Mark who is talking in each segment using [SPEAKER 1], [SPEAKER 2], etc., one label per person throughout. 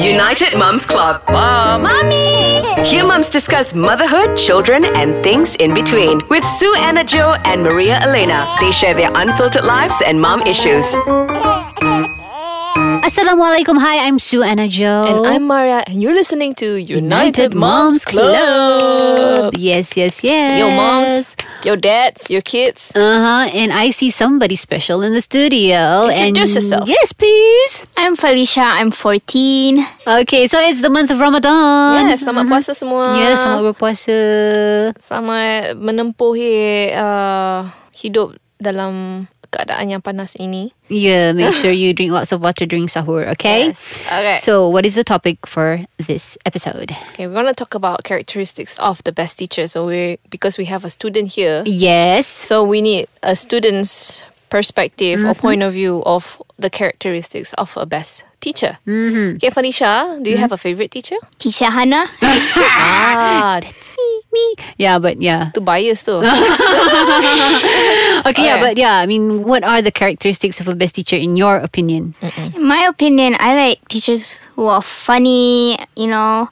[SPEAKER 1] United Mums Club. Mom.
[SPEAKER 2] Mommy!
[SPEAKER 1] Here, mums discuss motherhood, children, and things in between with Sue Anna Joe and Maria Elena. They share their unfiltered lives and mom issues.
[SPEAKER 2] Assalamualaikum. Hi, I'm Sue Anna Joe.
[SPEAKER 3] And I'm Maria, and you're listening to Oh. United, Moms, Club.
[SPEAKER 2] Yes, yes, yes.
[SPEAKER 3] Your moms, your dads, your kids.
[SPEAKER 2] Uh huh. And I see somebody special in the studio.
[SPEAKER 3] Introduce
[SPEAKER 2] and
[SPEAKER 3] yourself.
[SPEAKER 2] Yes, please.
[SPEAKER 4] I'm Felicia. I'm 14.
[SPEAKER 2] Okay, so it's the month of Ramadan.
[SPEAKER 3] Yes, selamat Uh-huh. puasa semua.
[SPEAKER 2] Yes, selamat berpuasa.
[SPEAKER 3] Selamat menempuhi uh, hidup dalam keadaan yang panas ini.
[SPEAKER 2] Yeah, make sure you drink lots of water during sahur, okay?
[SPEAKER 3] Yes. Okay.
[SPEAKER 2] So, what is the topic for this episode?
[SPEAKER 3] Okay, we're gonna talk about characteristics of the best teacher. So we because we have a student here,
[SPEAKER 2] Yes.
[SPEAKER 3] so we need a student's perspective or point of view of the characteristics of a best teacher. Mm-hmm. Okay, Felicia, do you have a favorite teacher?
[SPEAKER 4] Teacher Hannah.
[SPEAKER 3] ah,
[SPEAKER 2] Me. Yeah, but yeah.
[SPEAKER 3] tu bias tu.
[SPEAKER 2] Ah. Okay, yeah,
[SPEAKER 3] Okay.
[SPEAKER 2] but yeah, I mean, what are the characteristics of a best teacher in your opinion?
[SPEAKER 4] In my opinion, I like teachers who are funny, you know,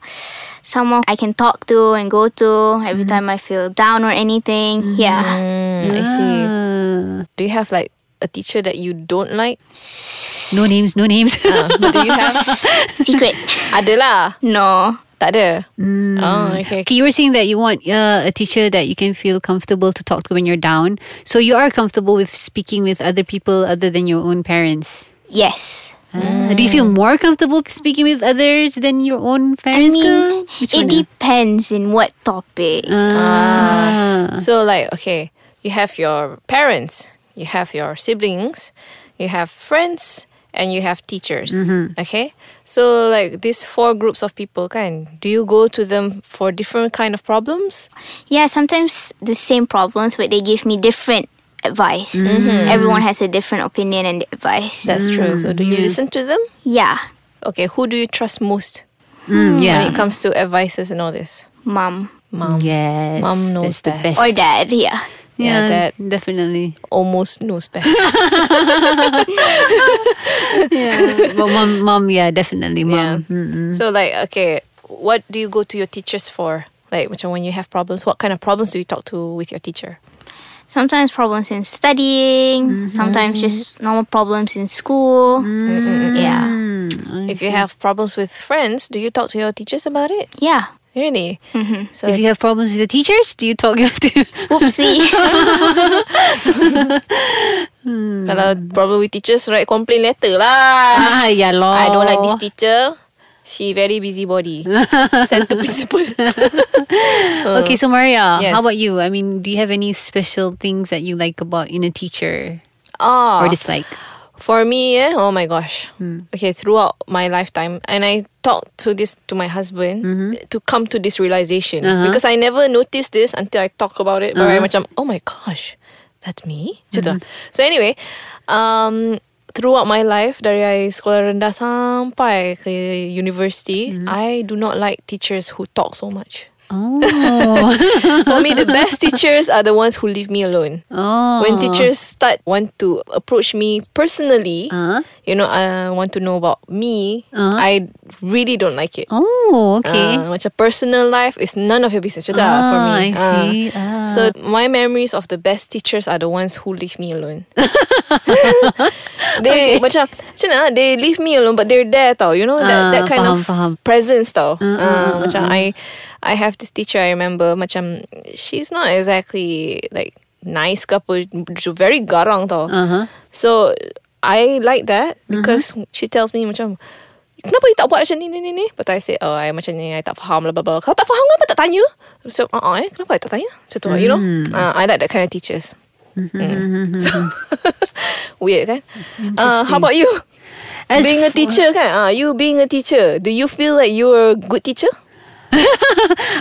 [SPEAKER 4] someone I can talk to and go to
[SPEAKER 2] Mm-hmm.
[SPEAKER 4] every time I feel down or anything. Yeah.
[SPEAKER 3] Mm, I see.
[SPEAKER 2] Uh,
[SPEAKER 3] Do you have like a teacher that you don't like?
[SPEAKER 2] no names, no names.
[SPEAKER 3] But do you have?
[SPEAKER 4] Secret.
[SPEAKER 3] ada lah.
[SPEAKER 4] No.
[SPEAKER 3] Tak ada.
[SPEAKER 2] Hmm.
[SPEAKER 3] Oh, okay.
[SPEAKER 2] Okay, you were saying that you want uh, a teacher that you can feel comfortable to talk to when you're down. So you are comfortable with speaking with other people other than your own parents.
[SPEAKER 4] Yes.
[SPEAKER 3] Mm.
[SPEAKER 2] Uh, do you feel more comfortable speaking with others than your own parents? girl? Which one, Uh.
[SPEAKER 4] it
[SPEAKER 2] ah?
[SPEAKER 4] depends in what topic.
[SPEAKER 2] Ah.
[SPEAKER 3] So like, okay, you have your parents, you have your siblings, you have friends, and you have teachers.
[SPEAKER 2] Mm-hmm.
[SPEAKER 3] Okay, so like these four groups of people, can do you go to them for different kind of problems?
[SPEAKER 4] Yeah, sometimes the same problems, but they give me different advice.
[SPEAKER 2] Mm-hmm.
[SPEAKER 4] Everyone has a different opinion and advice.
[SPEAKER 3] That's
[SPEAKER 2] Hmm,
[SPEAKER 3] true. So do you listen to them?
[SPEAKER 4] yeah,
[SPEAKER 3] Okay, who do you trust most
[SPEAKER 2] Mm,
[SPEAKER 3] when
[SPEAKER 2] yeah.
[SPEAKER 3] it comes to advices and all this?
[SPEAKER 4] mom
[SPEAKER 3] Mom.
[SPEAKER 2] Yes.
[SPEAKER 3] Mom
[SPEAKER 2] that's
[SPEAKER 3] knows
[SPEAKER 2] the best.
[SPEAKER 3] best.
[SPEAKER 4] or dad. Yeah.
[SPEAKER 2] Yeah,
[SPEAKER 3] Yeah, that-
[SPEAKER 2] definitely.
[SPEAKER 3] Almost knows best.
[SPEAKER 2] Yeah. but mom, mom, yeah, definitely,
[SPEAKER 3] Yeah.
[SPEAKER 2] mom.
[SPEAKER 3] So like, okay, what do you go to your teachers for? Like, macam when you have problems, what kind of problems do you talk to with your teacher?
[SPEAKER 4] Sometimes problems in studying, sometimes just normal problems in school. Yeah.
[SPEAKER 2] Mm,
[SPEAKER 3] If you have problems with friends, do you talk to your teachers about it?
[SPEAKER 4] Yeah.
[SPEAKER 3] Really? Mm-hmm. So
[SPEAKER 2] If you have problems with the teachers, do you talk to?
[SPEAKER 4] Oopsie.
[SPEAKER 3] kalau
[SPEAKER 2] Mm-hmm.
[SPEAKER 3] problem with teachers, write complain letter lah.
[SPEAKER 2] ah, yeah, lor.
[SPEAKER 3] I don't like this teacher. She very busybody. Send to principal.
[SPEAKER 2] Okay, so Maria,
[SPEAKER 3] Yes.
[SPEAKER 2] how about you? I mean, do you have any special things that you like about in a teacher
[SPEAKER 3] Ah.
[SPEAKER 2] or dislike?
[SPEAKER 3] For me, eh, oh my gosh. Okay, throughout my lifetime, and I talked to this to my husband to come to this realization because I never noticed this until I talk about it. But I'm like, oh my gosh, that's me. Gitu. So anyway, um, throughout my life dari I sekolah rendah sampai ke university, I do not like teachers who talk so much.
[SPEAKER 2] Oh,
[SPEAKER 3] For me, the best teachers are the ones who leave me alone.
[SPEAKER 2] oh.
[SPEAKER 3] When teachers start want to approach me personally,
[SPEAKER 2] Huh?
[SPEAKER 3] you know, I want to know about me,
[SPEAKER 2] Uh-huh.
[SPEAKER 3] I really don't like it.
[SPEAKER 2] Oh, okay.
[SPEAKER 3] Uh, macam personal life is none of your business sudah for
[SPEAKER 2] Ah,
[SPEAKER 3] me.
[SPEAKER 2] I
[SPEAKER 3] Ah.
[SPEAKER 2] see. Ah.
[SPEAKER 3] So my memories of the best teachers are the ones who leave me alone. they macam macam mana, ah, they leave me alone but they're there tau. You know
[SPEAKER 2] Ah,
[SPEAKER 3] that that kind
[SPEAKER 2] faham,
[SPEAKER 3] of
[SPEAKER 2] faham. Ah,
[SPEAKER 3] presence tau. Uh, macam I I have this teacher I remember macam she's not exactly like nice ke apa very garang tau.
[SPEAKER 2] Uh-huh.
[SPEAKER 3] So I like that because she tells me macam Kenapa you tak buat macam ni ni ni ni Lepas tu I say Oh I macam ni I tak faham blah blah blah Kalau tak faham kenapa tak tanya So uh uh eh Kenapa I tak tanya Macam tu you know
[SPEAKER 2] Hmm.
[SPEAKER 3] uh, I like that kind of teachers
[SPEAKER 2] Mm-hmm,
[SPEAKER 3] Mm. So, Weird kan uh, How about you
[SPEAKER 2] As
[SPEAKER 3] Being a teacher kan uh, You being a teacher Do you feel like you're a good teacher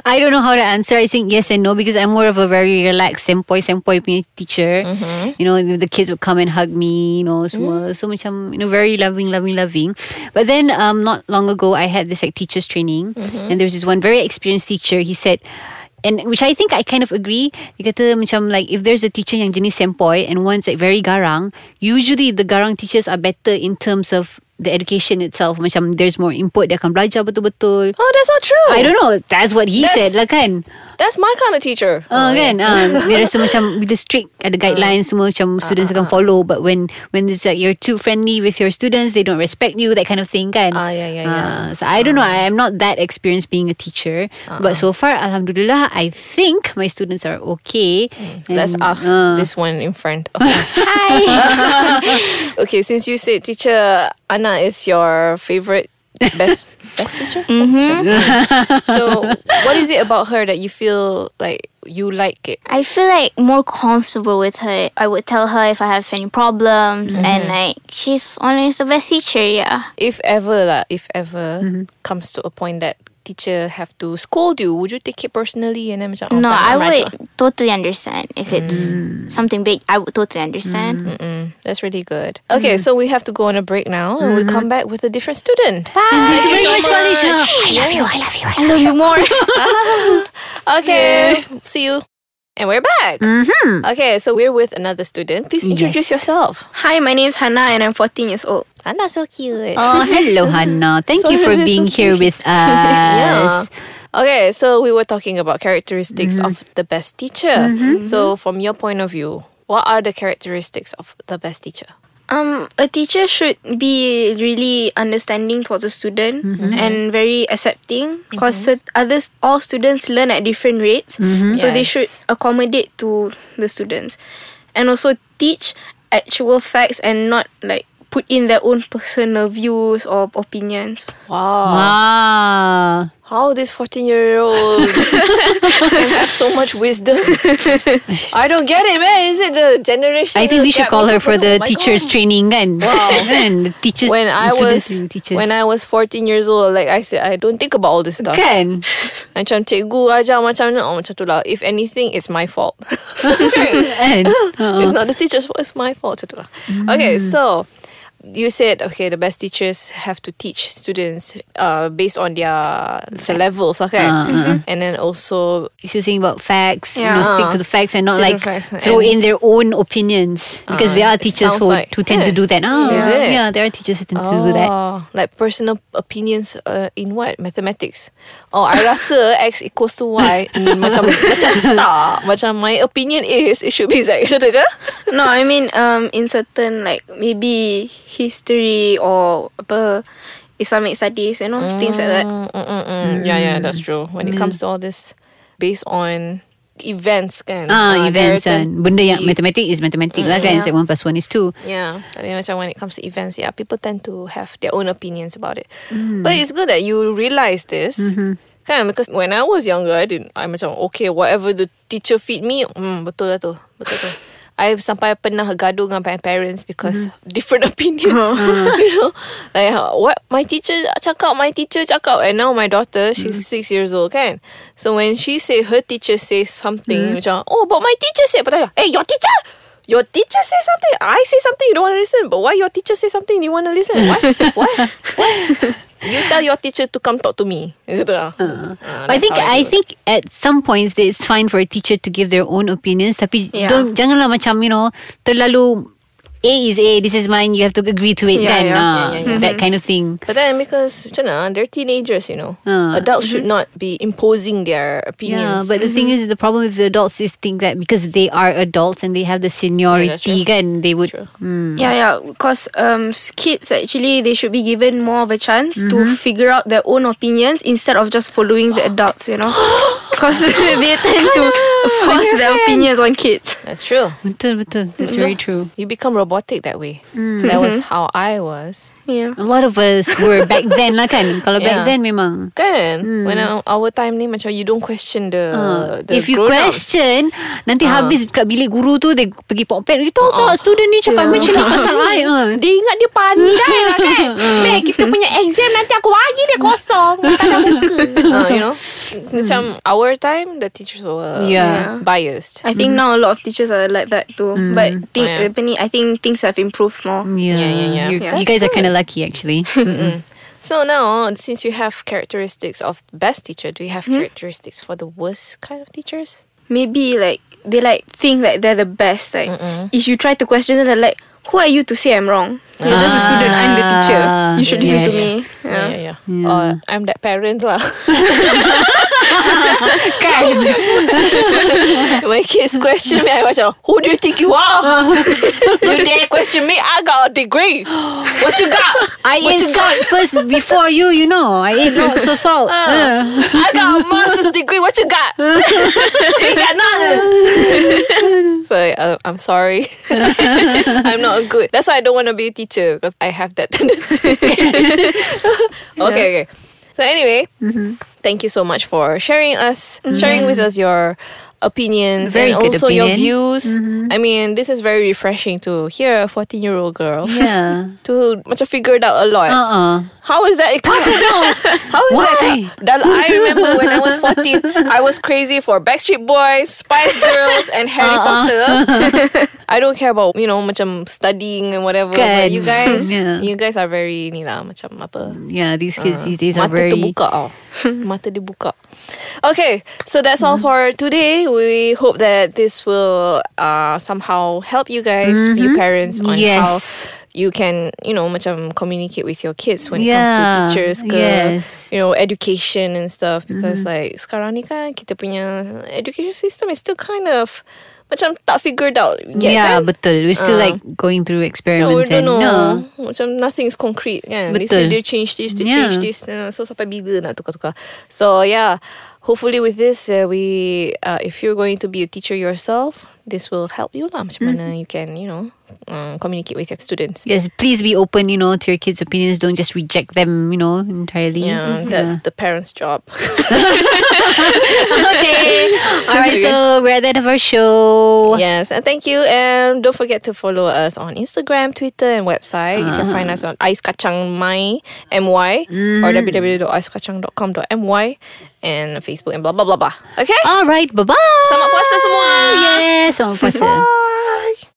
[SPEAKER 2] I don't know how to answer. I think yes and no because I'm more of a very relaxed sempoi sempoi punya teacher. You know, the, the kids would come and hug me, you know, semua. So macam, you know, very loving, loving, loving. But then um not long ago I had this like teachers training and there's this one very experienced teacher. He said and which I think I kind of agree. Dia kata macam like if there's a teacher yang jenis sempoi and one's like very garang, usually the garang teachers are better in terms of the education itself macam there's more input dia akan belajar betul-betul.
[SPEAKER 3] Oh, that's not true.
[SPEAKER 2] I don't know. That's what he
[SPEAKER 3] That's-
[SPEAKER 2] said lah kan.
[SPEAKER 3] That's my kind of teacher.
[SPEAKER 2] Oh, kan ah, Dia rasa macam Bila strict
[SPEAKER 3] Ah.
[SPEAKER 2] Ada guidelines semua Macam students akan follow But when When it's like You're too friendly with your students They don't respect you That kind of thing kan
[SPEAKER 3] Ah, yeah, yeah, yeah.
[SPEAKER 2] Ah, So I don't know I am not that experienced Being a teacher
[SPEAKER 3] Ah,
[SPEAKER 2] But so far Alhamdulillah I think My students are okay
[SPEAKER 3] Hmm. Let's
[SPEAKER 2] And,
[SPEAKER 3] ask
[SPEAKER 2] ah,
[SPEAKER 3] this one in front of us. Hi. okay, since you said teacher Anna is your favorite best best teacher, Best
[SPEAKER 2] Mm-hmm.
[SPEAKER 3] teacher? Mm. so what is it about her that you feel like you like it?
[SPEAKER 4] I feel like more comfortable with her. I would tell her if I have any problems, and like she's always the best teacher. Yeah,
[SPEAKER 3] If ever lah, if ever
[SPEAKER 2] Mm-hmm.
[SPEAKER 3] comes to a point that teacher have to scold you, would you take it personally and then macam, oh,
[SPEAKER 4] no,
[SPEAKER 3] tak nak
[SPEAKER 4] I
[SPEAKER 3] merajuk?
[SPEAKER 4] would totally understand if it's something big. I would totally understand.
[SPEAKER 3] Mm, that's really good.
[SPEAKER 2] Mm-hmm.
[SPEAKER 3] Okay, so we have to go on a break now, and we'll come back with a different student.
[SPEAKER 2] Thank you very
[SPEAKER 3] Thank you
[SPEAKER 2] much Ah,
[SPEAKER 3] so much.
[SPEAKER 2] Felicia
[SPEAKER 4] I love you more.
[SPEAKER 3] Okay, see you. And we're back. Mm-hmm. Okay, so we're with another student. Please introduce
[SPEAKER 2] Yes.
[SPEAKER 3] yourself.
[SPEAKER 5] Hi, my name is Hannah and I'm 14 years old.
[SPEAKER 3] Anna, so cute.
[SPEAKER 2] Oh hello Hannah Thank you for
[SPEAKER 3] Sorry,
[SPEAKER 2] being
[SPEAKER 3] so
[SPEAKER 2] here With us
[SPEAKER 3] Okay, so we were talking about characteristics of
[SPEAKER 2] Mm-hmm.
[SPEAKER 3] the best teacher. So, from your point of view, what are the characteristics of the best teacher?
[SPEAKER 5] Um, a teacher should be really understanding towards a student and very accepting because others, all students learn at different rates, so they should
[SPEAKER 3] Yes.
[SPEAKER 5] accommodate to the students, and also teach actual facts and not like put in their own personal views or opinions.
[SPEAKER 3] Wow.
[SPEAKER 2] Wow
[SPEAKER 3] How this 14 year old can have so much wisdom? I don't get it, man. Is it the generation?
[SPEAKER 2] I think we should
[SPEAKER 3] gap
[SPEAKER 2] call
[SPEAKER 3] making
[SPEAKER 2] her for
[SPEAKER 3] problem?
[SPEAKER 2] the
[SPEAKER 3] My
[SPEAKER 2] teachers
[SPEAKER 3] God.
[SPEAKER 2] training kan. Kan? The teachers
[SPEAKER 3] when I
[SPEAKER 2] students
[SPEAKER 3] was
[SPEAKER 2] training teachers.
[SPEAKER 3] when I was 14 years old, like I said, I don't think about all this stuff.
[SPEAKER 2] kan.
[SPEAKER 3] Macam cikgu ajar macam ni, oh macam tu lah. If anything, it's my fault.
[SPEAKER 2] kan? Uh-uh.
[SPEAKER 3] It's not the teacher's fault, it's my fault. Macam tu lah.
[SPEAKER 2] Mm.
[SPEAKER 3] Okay, so you said okay the best teachers have to teach students uh, based on their macam levels lah kan
[SPEAKER 2] Ah, ah,
[SPEAKER 3] and then also
[SPEAKER 2] She was saying about facts, you
[SPEAKER 5] Yeah.
[SPEAKER 2] know, stick to the facts and not like
[SPEAKER 3] Stick to the facts and-
[SPEAKER 2] throw in their own opinions because
[SPEAKER 3] Ah,
[SPEAKER 2] there are
[SPEAKER 3] it
[SPEAKER 2] teachers
[SPEAKER 3] sounds
[SPEAKER 2] who,
[SPEAKER 3] like-
[SPEAKER 2] who tend to
[SPEAKER 3] Yeah.
[SPEAKER 2] do that. Ah,
[SPEAKER 3] Is it?
[SPEAKER 2] Yeah, there are teachers who tend to do that.
[SPEAKER 3] Oh, like personal opinions uh, in what mathematics oh I rasa X equals to Y Hmm, macam macam tak macam my opinion is it should be Z macam tu ke
[SPEAKER 5] no, I mean um in certain like maybe history or apa Islamic studies, you know, things like that.
[SPEAKER 3] Mm, mm, mm, mm. yeah yeah that's true when it comes to all this based on events kan
[SPEAKER 2] Ah,
[SPEAKER 3] uh,
[SPEAKER 2] events
[SPEAKER 3] there are
[SPEAKER 2] kan. Benda yang matematik is matematik lah
[SPEAKER 3] Mm-hmm.
[SPEAKER 2] kan. It's like one plus one is two.
[SPEAKER 3] Yeah, I mean, macam when it comes to events, yeah, people tend to have their own opinions about it. But it's good that you realize this, kan? Because when I was younger, I didn't. I macam okay, whatever the teacher feed me, mm, betul lah tu, betul tu. I sampai pernah gaduh dengan my parents because different opinions. you know, like how- what my teacher cakap, my teacher cakap, and now my daughter, she's six years old, kan? So when she say her teacher says something, macam oh, but my teacher said, but hey, your teacher. Your teacher say something. I say something. You don't want to listen. But why your teacher say something? You want to listen? Why? why? Why? You tell your teacher to come talk to me. Is it lah? Ah,
[SPEAKER 2] Uh, I
[SPEAKER 3] that's
[SPEAKER 2] think
[SPEAKER 3] how
[SPEAKER 2] I
[SPEAKER 3] do it.
[SPEAKER 2] think at some points that it's fine for a teacher to give their own opinions tapi
[SPEAKER 5] Yeah.
[SPEAKER 2] don't janganlah macam you know terlalu A is A this is mine you have to agree to it
[SPEAKER 5] Yeah,
[SPEAKER 2] kan
[SPEAKER 5] yeah.
[SPEAKER 2] ah,
[SPEAKER 3] Yeah, yeah, yeah.
[SPEAKER 2] that kind of thing
[SPEAKER 3] But then because macam mana, they're teenagers, you know.
[SPEAKER 2] Ah.
[SPEAKER 3] Adults should not be imposing their
[SPEAKER 2] yeah
[SPEAKER 3] opinions.
[SPEAKER 2] but the thing is the problem with the adults is think that because they are adults and they have the seniority
[SPEAKER 3] true.
[SPEAKER 2] kan they would
[SPEAKER 3] True.
[SPEAKER 2] Mm.
[SPEAKER 5] Yeah, yeah. Because um, s- kids actually they should be given more of a chance to figure out their own opinions instead of just following the adults. You know, because they tend to force their opinions on kids.
[SPEAKER 3] that's true.
[SPEAKER 2] betul betul that's very true
[SPEAKER 3] You become robotic that way.
[SPEAKER 2] Mm.
[SPEAKER 3] That was how I was.
[SPEAKER 5] Yeah.
[SPEAKER 2] a lot of us were back then lah kan kalau back
[SPEAKER 3] Yeah.
[SPEAKER 2] then memang
[SPEAKER 3] Kan? When our, our time ni macam you don't question the,
[SPEAKER 2] Ah,
[SPEAKER 3] Uh, the
[SPEAKER 2] Mm. if you
[SPEAKER 3] grown-ups. Uh-huh.
[SPEAKER 2] question Nanti habis kat bilik guru tu Dia pergi pop pet Tahu tak student ni cakap macam ni pasal I ah.
[SPEAKER 3] Dia ingat dia pandai lah kan Meh kita punya exam Nanti aku bagi dia kosong Tak ada muka uh, You know Macam our time The teachers were
[SPEAKER 2] Uh, Yeah.
[SPEAKER 3] Biased
[SPEAKER 5] I think now a lot of teachers are like that too. But think,
[SPEAKER 3] Oh, yeah.
[SPEAKER 5] apa ni, I think things have improved more.
[SPEAKER 2] Yeah,
[SPEAKER 3] Yeah, yeah, yeah.
[SPEAKER 2] You,
[SPEAKER 5] Yeah.
[SPEAKER 2] you guys are kind of lucky, actually.
[SPEAKER 3] So now Since you have characteristics Of best teacher Do you have characteristics For the worst kind of teachers?
[SPEAKER 5] Maybe like they like think that they're the best. Like if you try to question them, they're like, "Who are you to say I'm wrong?" You're just a student. I'm the teacher.
[SPEAKER 2] Ah,
[SPEAKER 5] You should listen to
[SPEAKER 2] yes.
[SPEAKER 5] me.
[SPEAKER 3] Yeah,
[SPEAKER 5] Yeah.
[SPEAKER 3] yeah, yeah. Or Uh, I'm that parent lah. My kids question me. I watch out. Who do you think you are? you dare question me? I got a degree. What you got?
[SPEAKER 2] I
[SPEAKER 3] what
[SPEAKER 2] ate
[SPEAKER 3] you got?
[SPEAKER 2] salt first before you, you know. I ate lots of salt. Uh.
[SPEAKER 3] I got a master's degree. What you got? you got nothing. so uh, I'm sorry. I'm not good. That's why I don't want to be a teacher because I have that tendency. okay, okay. So anyway,
[SPEAKER 2] Mm-hmm.
[SPEAKER 3] thank you so much for sharing us, sharing with us your opinions
[SPEAKER 2] Very
[SPEAKER 3] and
[SPEAKER 2] good
[SPEAKER 3] also your
[SPEAKER 2] opinion. Mm-hmm.
[SPEAKER 3] views. I mean, this is very refreshing to hear a 14 year old girl.
[SPEAKER 2] Yeah.
[SPEAKER 3] To much figured out a lot.
[SPEAKER 2] Uh-uh.
[SPEAKER 3] How is that possible? How is
[SPEAKER 2] Why?
[SPEAKER 3] that? Dal- I remember when I was 14, I was crazy for Backstreet Boys, Spice Girls, and Harry
[SPEAKER 2] Uh-uh.
[SPEAKER 3] Potter. I don't care about you know, macam studying and whatever. But
[SPEAKER 2] Kan.
[SPEAKER 3] you guys,
[SPEAKER 2] Yeah.
[SPEAKER 3] you guys are very ni lah, macam apa?
[SPEAKER 2] Yeah, these kids these days are
[SPEAKER 3] Ah. Mata
[SPEAKER 2] very...
[SPEAKER 3] terbuka tau. Mata dibuka. Okay, so that's all for today. We hope that this will uh, somehow help you guys, you parents, on
[SPEAKER 2] Mm-hmm. Yes.
[SPEAKER 3] how you can, you know, macam communicate with your kids when
[SPEAKER 2] Yeah,
[SPEAKER 3] it comes to teachers, ke,
[SPEAKER 2] yes. Mm-hmm.
[SPEAKER 3] you know, education and stuff. Because like sekarang ni kan kita punya education system is still kind of macam tak figured out yet.
[SPEAKER 2] yeah,
[SPEAKER 3] kan?
[SPEAKER 2] betul. We're still like going through
[SPEAKER 3] Oh, we
[SPEAKER 2] experiments and
[SPEAKER 3] don't know.
[SPEAKER 2] no.
[SPEAKER 3] Macam nothing's concrete kan. They say
[SPEAKER 2] Betul.
[SPEAKER 3] they change this, they
[SPEAKER 2] Yeah.
[SPEAKER 3] change this. Uh, so sampai bila nak tukar-tukar. So yeah, hopefully with this uh, we uh, if you're going to be a teacher yourself, this will help you lah macam
[SPEAKER 2] Mm-hmm.
[SPEAKER 3] mana you can, you know, um, communicate with your students.
[SPEAKER 2] Yes, please be open, you know, to your kids' opinions. Don't just reject them, you know, entirely. Mm.
[SPEAKER 3] Yeah, that's the parents' job.
[SPEAKER 2] okay. All right, so we're at the end of our show.
[SPEAKER 3] yes, and thank you. And don't forget to follow us on Instagram, Twitter, and website. You
[SPEAKER 2] Uh-huh.
[SPEAKER 3] can find us on Ice Kacang My MY or
[SPEAKER 2] Mm.
[SPEAKER 3] www.icekacang.com.my and Facebook and blah blah blah blah. Okay.
[SPEAKER 2] All right, bye-bye.
[SPEAKER 3] Selamat puasa semua.